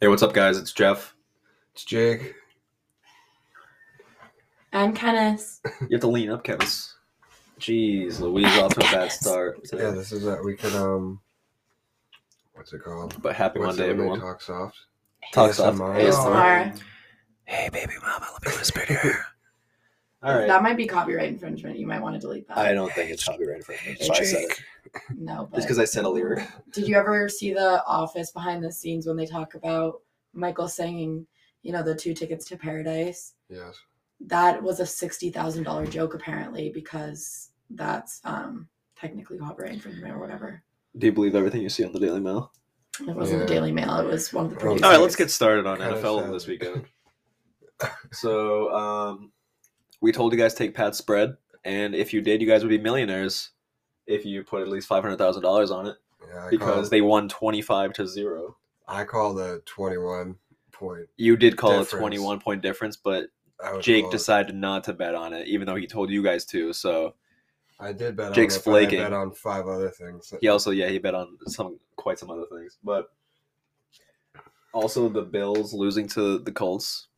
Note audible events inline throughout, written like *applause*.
Hey, what's up, guys? It's Jeff. It's Jake. I'm kind of. You have to lean up, Kevis. Jeez, Louise off to a bad start today. Yeah, this is that we could um, what's it called? But happy What's Monday, it when they everyone. Talk soft. Talk soft. ASMR. ASMR. Hey, baby mama, let me whisper to her. All right. That might be copyright infringement. You might want to delete that. I don't think it's copyright infringement. so I said it. No, It's but because I said a lyric. did you ever see The Office behind the scenes when they talk about Michael singing, you know, the two tickets to paradise? Yes. That was a sixty thousand dollar joke apparently because that's um technically copyright infringement or whatever. Do you believe everything you see on the Daily Mail? It wasn't the Yeah. Daily Mail. It was one of the All producers. All right, let's get started on Kinda NFL sad. this weekend. *laughs* so, um, we told you guys to take Pat's spread, and if you did, you guys would be millionaires if you put at least five hundred thousand dollars on it Yeah. because I because they won twenty five to zero. I call the twenty-one point. You did call a Difference. 21 point difference, but I was Jake close. decided not to bet on it, even though he told you guys to. So I did bet. Jake's on it, but flaking. I bet on five other things. he also, yeah, he bet on some quite some other things, but also the Bills losing to the Colts.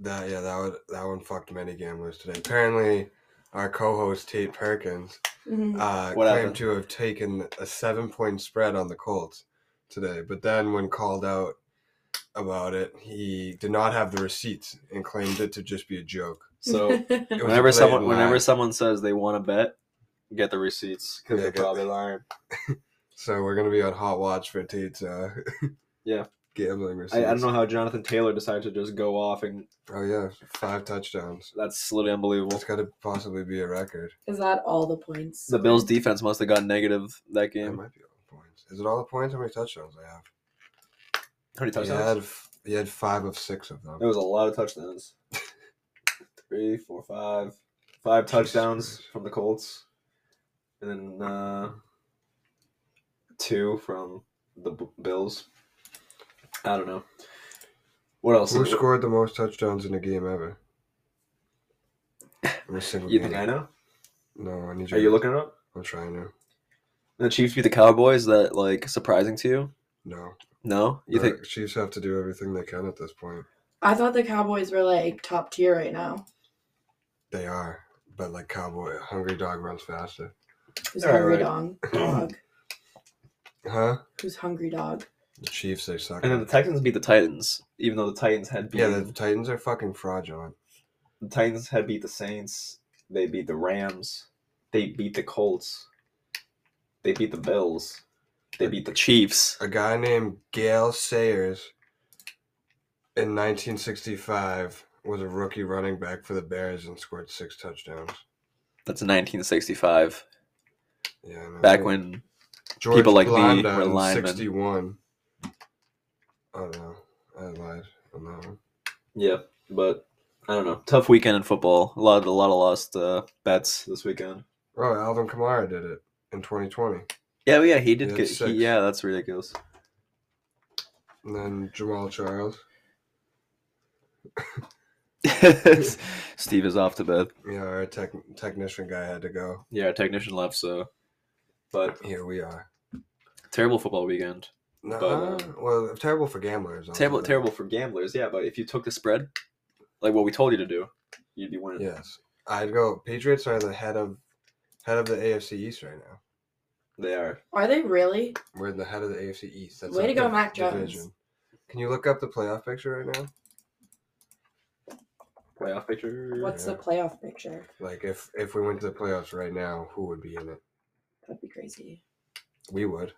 That yeah, that would that one fucked many gamblers today. Apparently, our co-host Tate Perkins Mhm. uh, What claimed happened? to have taken a seven-point spread on the Colts today, but then when called out about it, he did not have the receipts and claimed it to just be a joke. *laughs* So It was a whenever blatant someone lie. whenever someone says they want to bet, get the receipts because Yeah, they're get- probably lying. So we're gonna be on hot watch for Tate's uh, *laughs* Yeah. gambling receipts. I, I don't know how Jonathan Taylor decided to just go off, and Oh yeah, five touchdowns. that's literally unbelievable. That's got to possibly be a record. is that all the points? The Bills defense must have gone negative that That game. might be all the points. Is it all the points? How many touchdowns I have? How many He touchdowns? had f- he had five of six of them. It was a lot of touchdowns. *laughs* Three, four, five, five touchdowns Christ. from the Colts, and then uh, two from the B- Bills. I don't know. What else? Who scored the most touchdowns in a game ever? In a single You game. think I know? No, I need you. Are you looking it up? I'm trying to. The Chiefs beat the Cowboys. Is That like surprising to you? No, No, you the think? Chiefs have to do everything they can at this point. I thought the Cowboys were like top tier right now. They are, but like cowboy, hungry dog runs faster. Who's All hungry right. *clears throat* dog? dog? Huh? Who's hungry dog? The Chiefs they suck. And then the Texans beat the Titans, even though the Titans had beat yeah, the Titans are fucking fraudulent. the Titans had beat the Saints. They beat the Rams. They beat the Colts. They beat the Bills. They beat the Chiefs. a guy named Gail Sayers in 1965 was a rookie running back for the Bears and scored six touchdowns. That's 1965. Yeah, I know. Back when George people like me Blanda were in linemen. 61. Oh no, I lied on that one. Yeah, but I don't know. Tough weekend in football. A lot, a lot of lost uh, bets this weekend. Oh, Alvin Kamara did it in 2020, Yeah, well, yeah, he did. Yeah, get, six. he, yeah, that's *laughs* ridiculous. and then Jamal Charles. Steve is off to bed. Yeah, our tech- technician guy had to go. Yeah, our technician left. So, but Here we are. terrible football weekend. No, But, uh, well, terrible for gamblers. Terrible, honestly. terrible for gamblers. Yeah, but if you took the spread, like what we told you to do, you'd be winning. Yes, I'd go. Patriots are the head of head of the AFC East right now. They are. Are they really? We're in the head of the AFC East. Way our to go, div- Mac Jones. Can you look up the playoff picture right now? Playoff picture. What's the Yeah. playoff picture? Like, if if we went to the playoffs right now, who would be in it? That'd be crazy. We would.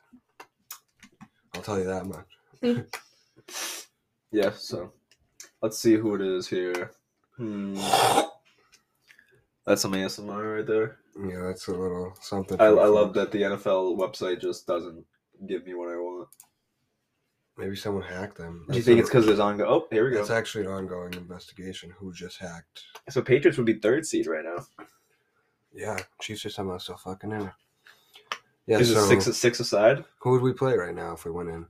I'll tell you that much. Yeah, so let's see who it is here. Hmm. That's some ASMR right there. Yeah, that's a little something. I, for I you love folks. that the NFL website just doesn't give me what I want. Maybe someone hacked them. Do you That's think a- it's because there's ongoing? Oh, here we go. That's actually an ongoing investigation. Who just hacked? So Patriots would be third seed right now. Yeah, Chiefs are somehow still fucking in it. Yeah, is so it six six aside? who would we play right now if we went in?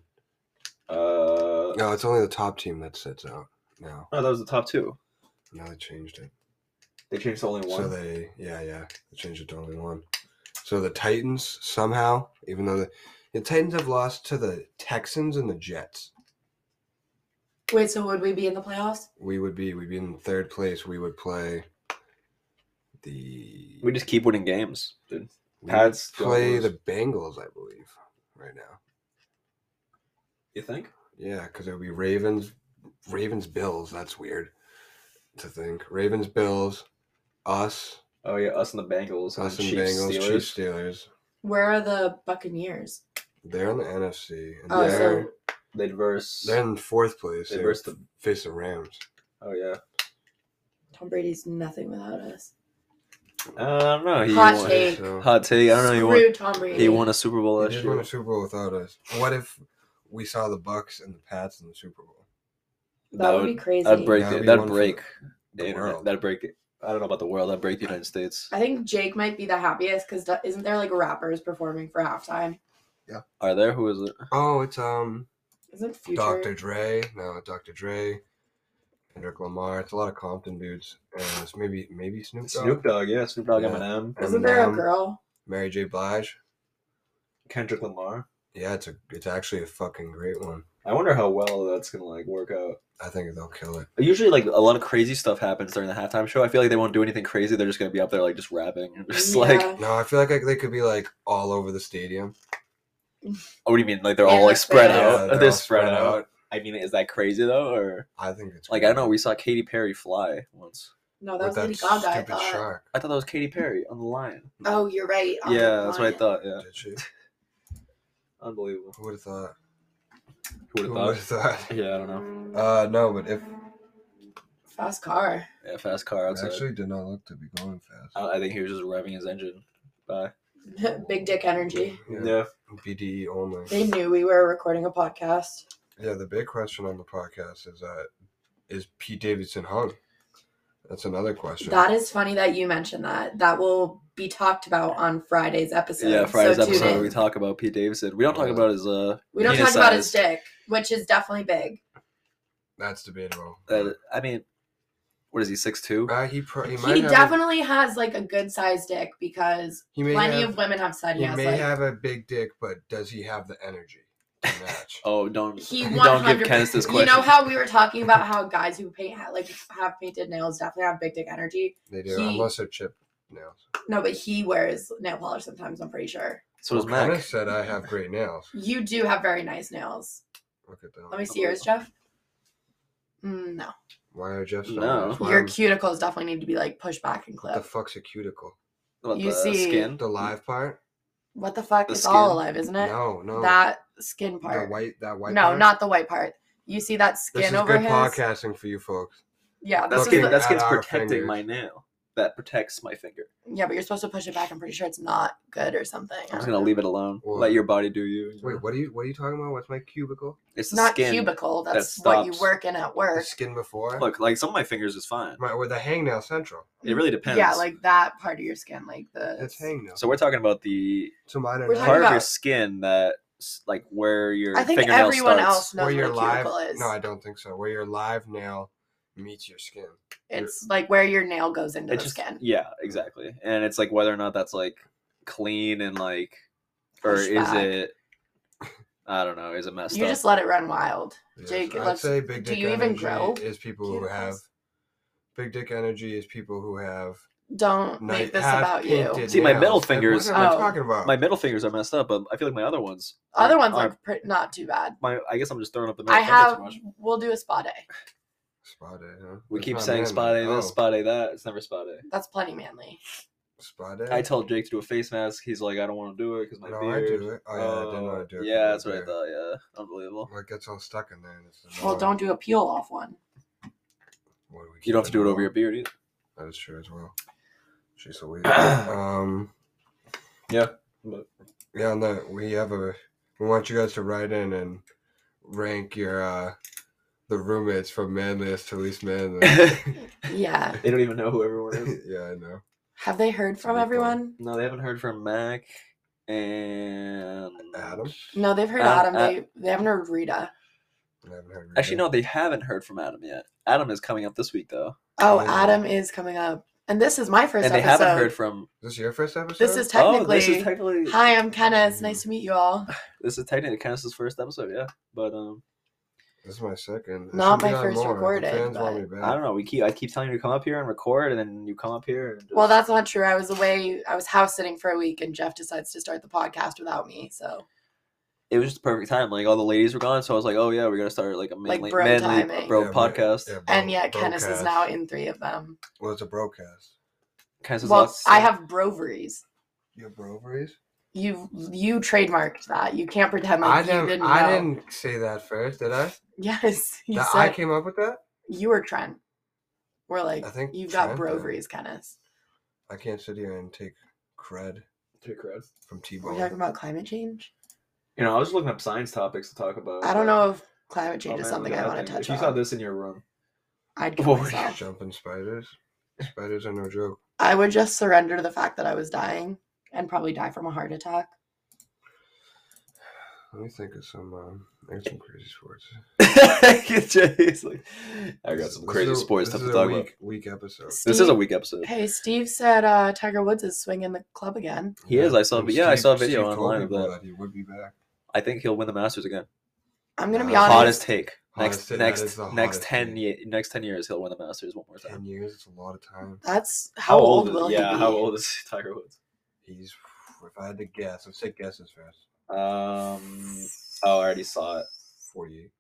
Uh, No, it's only the top team that sits out now. oh, that was the top two. Now they changed it. They changed to only one. So they, yeah, yeah, they changed it to only one. So the Titans somehow, even though the, the Titans have lost to the Texans and the Jets, Wait, so would we be in the playoffs? we would be we'd be in third place. We would play the We just keep winning games, dude. we Pats, play Dolphins. the Bengals, I believe, right now. You think? Yeah, because it would be Ravens, Ravens Bills. That's weird to think. Ravens Bills, us, Oh yeah, us and the Bengals. us and Chiefs, Bengals, Steelers. Chiefs, Steelers. Where are the Buccaneers? They're in the NFC. And Oh, so- they're They'd verse. they're in fourth place. They They versed the- face the Rams. oh yeah. Tom Brady's nothing without us. Uh, I don't know. Oh, He Hot won. take. So Hot take. I don't know. He won. Screw Tom Brady. He won a Super Bowl they last did win year. a Super Bowl without us. What if we saw the Bucks and the Pats in the Super Bowl? That, would be crazy. That'd break. That'd the- be That'd one for break. the the internet. world. That'd break. it. I don't know about the world. That'd break the United States. I think Jake might be the happiest because isn't there like rappers performing for halftime? Are there? Who is it? Oh, it's um Isn't Future? Dr. Dre. No, Dr. Dre. Kendrick Lamar. It's a lot of Compton dudes. And it's maybe maybe Snoop Dogg. Snoop Dogg. Yeah, Snoop Dogg. Yeah. Eminem. Isn't there a Eminem, girl? Mary J. Blige. Kendrick Lamar. Yeah, it's a it's actually a fucking great one. I wonder how well that's gonna like work out. I think they'll kill *sighs* it. Usually, like a lot of crazy stuff happens during the halftime show. I feel like they won't do anything crazy. They're just gonna be up there like just rapping, *laughs* and *laughs* just like. Yeah. No, I feel like I, they could be like all over the stadium. Oh, what do you mean? Like they're Yeah, all like they're spread spread out. out. They're, all spread, out. I mean, is that crazy though, or I think it's like I great. know we saw Katy Perry fly once. No, that With was Lady that Gaga. I stupid thought. shark. I thought that was Katy Perry on the line. Oh, you're right. on the yeah, that's what I line. thought. Yeah, Did she? unbelievable. Who would have thought? Who Who would would have have thought? *laughs* thought? Yeah, I don't know. *laughs* Uh, no, but if Fast car. *laughs* Yeah, fast car it outside. actually did not look to be going fast. I I think he was just revving his engine. Bye. Uh, *laughs* Big dick energy. Yeah, BDE only. They knew we were recording a podcast. Yeah, the big question on the podcast is that is Pete Davidson hung? That's another question. That is funny that you mentioned that. That will be talked about on Friday's episode. yeah, Friday's so tune episode in. we talk about Pete Davidson. We don't talk Yeah. about his uh. We don't penis talk about his size. dick, which is definitely big. That's debatable. That, Uh, I mean, what is he six two? Uh, he pro- he might He have definitely has like a good sized dick because a, he may plenty have, of women have said he he has may like have a big dick, but does he have the energy to *laughs* match? Oh, *laughs* don't He don't give 100% Kenneth this You question. know how we were talking about how guys who paint like have painted nails definitely have big dick energy. they do, he- unless they're chip nails. No, but he wears nail polish sometimes. I'm pretty sure so does Well, Kenneth Mac. said I have great nails. you do have very nice nails. Look at Let me that. see yours, Jeff. Mm, no, Why are Jeff's No. nails? Why your am- cuticles definitely need to be like pushed back and What the clipped. fuck's a cuticle? What, You the see- skin. The live part? What the fuck? The it's skin? all alive, isn't it? No, no. That skin the part. white that white no, part? not the white part. You see that This skin is over good his? podcasting for you folks. Yeah, That this Looking is skin. the- That at skin's our protecting fingers. my nail. That protects my finger. yeah, but you're supposed to push it back. I'm pretty sure it's not good or something. I'm just gonna leave it alone. Well- Let your body do you. you know? Wait, what are you what are you talking about? What's my cubicle? It's the not skin. cubicle. that That's what you stops work in at The work. skin before? Look, like some of my fingers is fine. My, or the hangnail central. It really depends. Yeah, like that part of your skin, like the. It's hangnail. so we're talking about the So mine are We're not- talking part of your about- skin that, s- like, where your I think fingernail everyone starts. else knows where what your a live cuticle is. no i don't think so where your live nail meets your skin it's like where your nail goes into It the just- skin. Yeah, exactly. And it's like whether or not that's like clean and like, or Pushed is back. it? I don't know. Is it messed You up? just let it run wild. Yes, Jake, i'd let's- say big do dick you even energy grow is people who have cuticles? big dick energy is people who have Don't night- make this have about you. painted See, my middle nails. Like, finger is- what am i Oh. talking about my middle fingers are messed up, but I feel like my other ones. Other ones are- look pre- not too bad. My, I guess I'm just throwing up the middle I finger have. too much. We'll do a spa day. spot it huh? We That's keep not saying manly. spot A Oh, this, spot A that. It's never spot A. That's plenty manly. spot it I told Jake to do a face mask. He's like, I don't want to do it because my no i beard. do it oh yeah i didn't Oh, want to do it Yeah, that's what I thought. thought. Yeah, unbelievable. well, it gets all stuck in there and it's Well, annoying. don't do a peel off one. What do we You keep don't have to do it over annoying? your beard either. that is true as well she's so *clears throat* weird um Yeah, on that we have a. We want you guys to write in and rank your uh the roommates from manliest to least manly. *laughs* Yeah. they don't even know who everyone is. yeah, I know. Have they heard from Pretty fun. everyone? No, they haven't heard from Mac and Adam? No, they've heard Um, Adam. they they haven't heard Rita. I haven't heard Actually, Rita. no, they haven't heard from Adam yet. Adam is coming up this week though, Oh, Oh. Adam is coming up, and this is my first. and they episode. haven't heard from. Is this your first episode? This is technically. oh, this is technically *laughs* Hi, I'm Kenneth. Nice to meet you all. this is technically Kenneth's first episode, yeah. But um, This is my second. I Not should be my on first more. The recorded, Fans want but- me back. I don't know. We keep I keep telling you to come up here and record, and then you come up here. And just- Well, that's not true. I was away. I was house sitting for a week, and Jeff decides to start the podcast without me. So, Oh, it was just the perfect time. Like all the ladies were gone, so I was like, oh yeah, we're gonna start like a Like manly, bro manly timing. bro Yeah, but- podcast. yeah, and bro- yet oh, Kenneth is brocast. now in three of them. Well, it's a broadcast. Kind of Well, I have broveries. You have broveries? You you trademarked that. You can't pretend like I you didn't. didn't. I know. didn't say that first, did I? *laughs* Yes, you That said I came up with that. you were Trent. We're like I think you've got Trent did. broveries, Kenneth. I can't sit here and take cred from T We're Bone. talking about climate change. You know, I was looking up science topics to talk about. I don't but- know if climate Oh, change is man, something look at I that thing. want to touch If you saw on. this in your room, I'd kill What would you myself. Jumping spiders. Spiders are no joke. I would just surrender to the fact that I was dying and probably die from a heart attack. Let me think of some. Um, I got some crazy sports. Jay's like, I got This- some this crazy is a- sports this stuff is to a talk about. weak, Weak episode. This is a weak episode. Hey, Steve said uh, Tiger Woods is swinging the club again. He is. I saw. and But yeah, I Steve- saw a video Steve told online of people that. He would be back. I think he'll win the Masters again. I'm gonna be Uh, honest. Hottest take. Hottest Next, take, that is next, the next hottest ten, take. ye- next ten years, he'll win the Masters one more time. Ten years. It's a lot of time. That's how, old, is- will yeah, he be? how old is *laughs* Tiger Woods? He's. If I had to guess, let's take guesses first. Um. Oh, I already saw it. Forty-eight.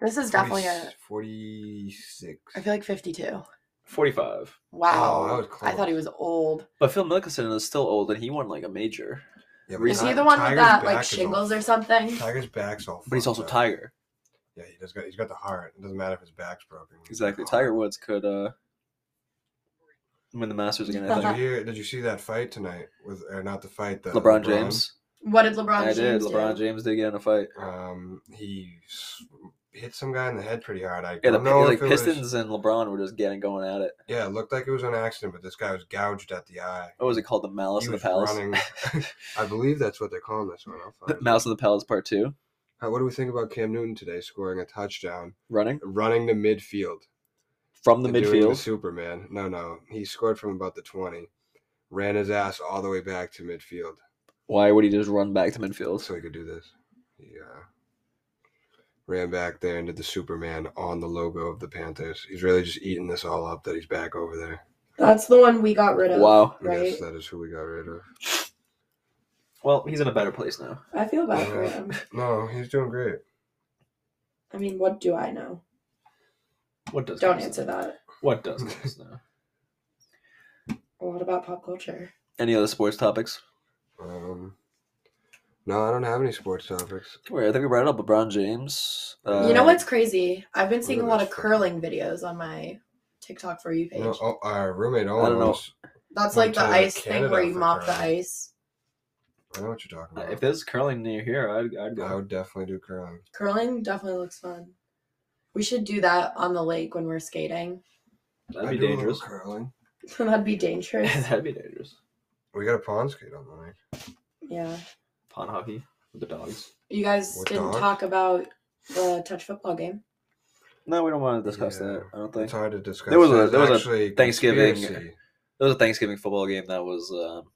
This is definitely a. Forty-six. I feel like 52. Forty-five. Wow, that was I thought he was old. But Phil Mickelson is still old, and he won like a major. Yeah, Is Is he Ti- the one with that back like is all- shingles or something? Tiger's back's all. But he's fucked also up. Tiger. Yeah, he does got. He's got the heart. It doesn't matter if his back's broken. He's got Exactly. the Tiger heart. Woods could uh win the Masters again. I Uh-huh. think. Did you hear? Did you see that fight tonight with or not the fight? The LeBron James. What did LeBron I James did. do? LeBron James did get in a fight. Um, he s- hit some guy in the head pretty hard. I Yeah, the don't know like if it Pistons was. and LeBron were just getting going at it. Yeah, it looked like it was an accident, but this guy was gouged at the eye. What was it called? The Malice He in the was Palace. running. I believe that's what they're calling this one. I'll *laughs* The find. Mouse in the Palace Part Two. Uh, what do we think about Cam Newton today scoring a touchdown, Running running to midfield? from the and doing midfield. Superman. No, no, he scored from about the twenty, ran his ass all the way back to midfield. Why would he just run back to midfield? so he could do this. He uh, ran back there and did the Superman on the logo of the Panthers. He's really just eating this all up that he's back over there. That's the one we got rid of. Wow. I Right? guess that is who we got rid of. Well, he's in a better place now. I feel bad for Yeah. him. No, he's doing great. I mean, what do I know? What does Don't Mouse answer know? that. What does Mouse know? What about pop culture? *laughs* Any other sports topics? Um, no, I don't have any sports topics. Wait, I think we brought it up. LeBron James. you know uh, what's crazy? I've been seeing a look lot at of this curling videos on my TikTok for you page. You know, oh, our roommate I don't know. owns. That's went like the to ice Canada thing where you for mop the curling. ice. I know what you're talking about. Uh, If there's curling near here, I'd, I'd I go. would definitely do curling. Curling definitely looks fun. We should do that on the lake when we're skating. *laughs* That'd I be do a little dangerous. Curling. That'd *laughs* be *laughs* dangerous. That'd be dangerous. We got a pond skate on the lake. yeah. Pond hockey with the dogs. You guys With didn't dogs? talk about the touch football game. No, we don't want to discuss Yeah, that. I don't think It's hard to discuss. There was a- There's there was a actually Thanksgiving- conspiracy. there was a Thanksgiving football game that was um,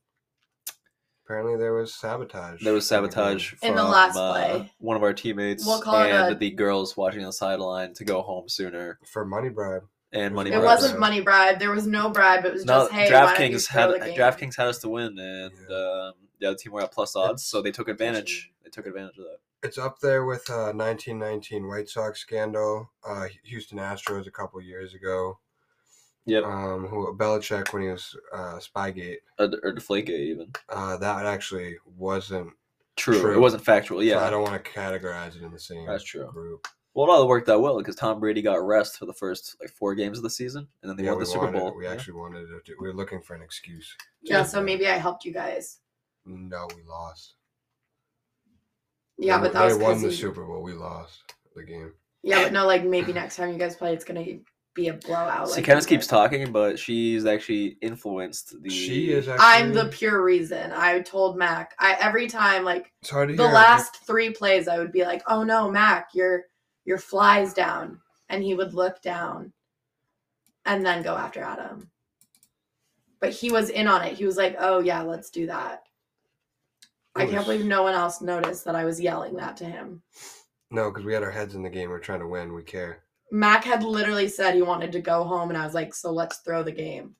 Apparently, there was sabotage. there was in the game. sabotage from In the last uh, play. one of our teammates We'll call it and a- the girls watching on the sideline to go home sooner for money bribe. and money. It It grabs. wasn't Yeah. money bribe. There was no bribe. It was No, just hey, DraftKings why had don't you throw the game? DraftKings had us to win, and Yeah. um, the other team were at plus odds, so they took advantage. They took advantage of that. It's up there with uh, 1919 White Sox scandal, uh, Houston Astros a couple years ago, Yep, um, who Belichick when he was uh, Spygate. or, or Deflategate even. Uh, that actually wasn't. True. True. it wasn't factual. Yeah, Yeah, I don't want to categorize it in the same That's true. group. well, it all worked out well because Tom Brady got rest for the first like four games of the season, and then they yeah, won we the Super wanted- Bowl. We yeah. actually wanted to. Do, we were looking for an excuse. Yeah, so maybe I helped you guys. No, we lost. Yeah, They- but they that was won because the you- Super Bowl. We lost the game. Yeah, but no, *clears throat* like maybe next time you guys play, it's gonna be a blowout. See, like Kenneth you keeps guys- talking, but she's actually influenced the. She is. Actually, I'm the pure reason. I told Mac. I every time like It's hard to the hear. last three plays, I would be like, "Oh no, Mac, your your flies down," and he would look down, and then go after Adam. But he was in on it. He was like, "Oh yeah, let's do that." I It can't was- believe no one else noticed that I was yelling that to him. No, because we had our heads in the game. We're trying to win. We care. Mac had literally said he wanted to go home, and I was like, so let's throw the game.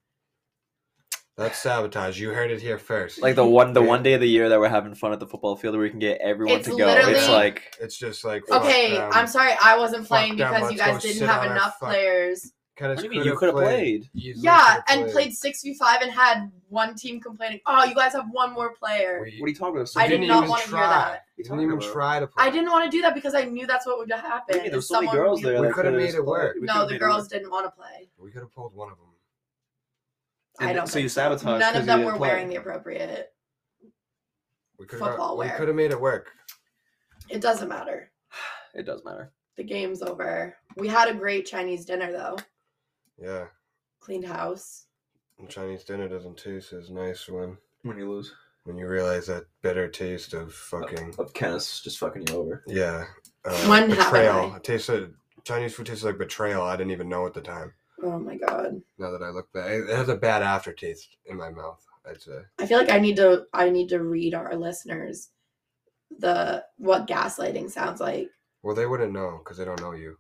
That's sabotage. You heard it here first. Like the one the Yeah. one day of the year that we're having fun at the football field where we can get everyone It's to go. It's literally- like it's just like fuck Okay, them. I'm sorry, I wasn't fuck playing them, because you let's go guys didn't sit have on our enough fuck- players. Kinda what do you mean coulda you could have played? Easily Yeah, coulda and played six v five and had one team complaining. Oh, you guys have one more player. We- What are you talking about? we I did didn't not even wanna hear try. What We that. are didn't you even talking try to play. I didn't want to do that because I knew that's what would happen. What do you mean? There's so many Someone girls would- there. We that could've could've made just it played. work. We No, could've the made it girls work. didn't want to play. We could have pulled one of them. I And don't so think you so. sabotaged None 'cause of you them didn't were play. wearing the appropriate. We could have. Football We wear. could have made it work. It doesn't matter. It does matter. The game's over. We had a great Chinese dinner though. Yeah, Cleaned house. and Chinese dinner doesn't taste as nice when When you lose, when you realize that bitter taste of fucking of Kenneth's just fucking you over. yeah. Uh, When have betrayal. I? It tasted Chinese food tasted like betrayal. I didn't even know at the time. Oh my god. Now that I look back, it has a bad aftertaste in my mouth. I'd say. I feel like I need to I need to read our listeners the what gaslighting sounds like. Well, they wouldn't know because they don't know you.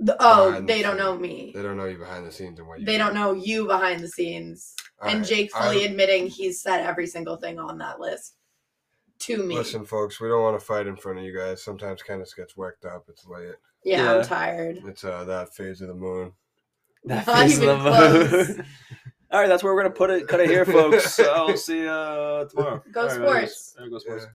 The- oh, Behind the they don't scenes. know me. They don't know you behind the scenes and what you. They do. don't know you behind the scenes. All and right, Jake fully I- admitting he's said every single thing on that list to me. Listen, folks, we don't want to fight in front of you guys. Sometimes Kenneth gets worked up. It's late. yeah, Yeah. I'm tired. It's uh, that phase of the moon. *laughs* That *laughs* Not face of even the close. moon. *laughs* All right, that's where we're gonna put it. Cut it here, folks. I'll see you uh, tomorrow. Go All right, anyways. sports. All right, go sports. Yeah.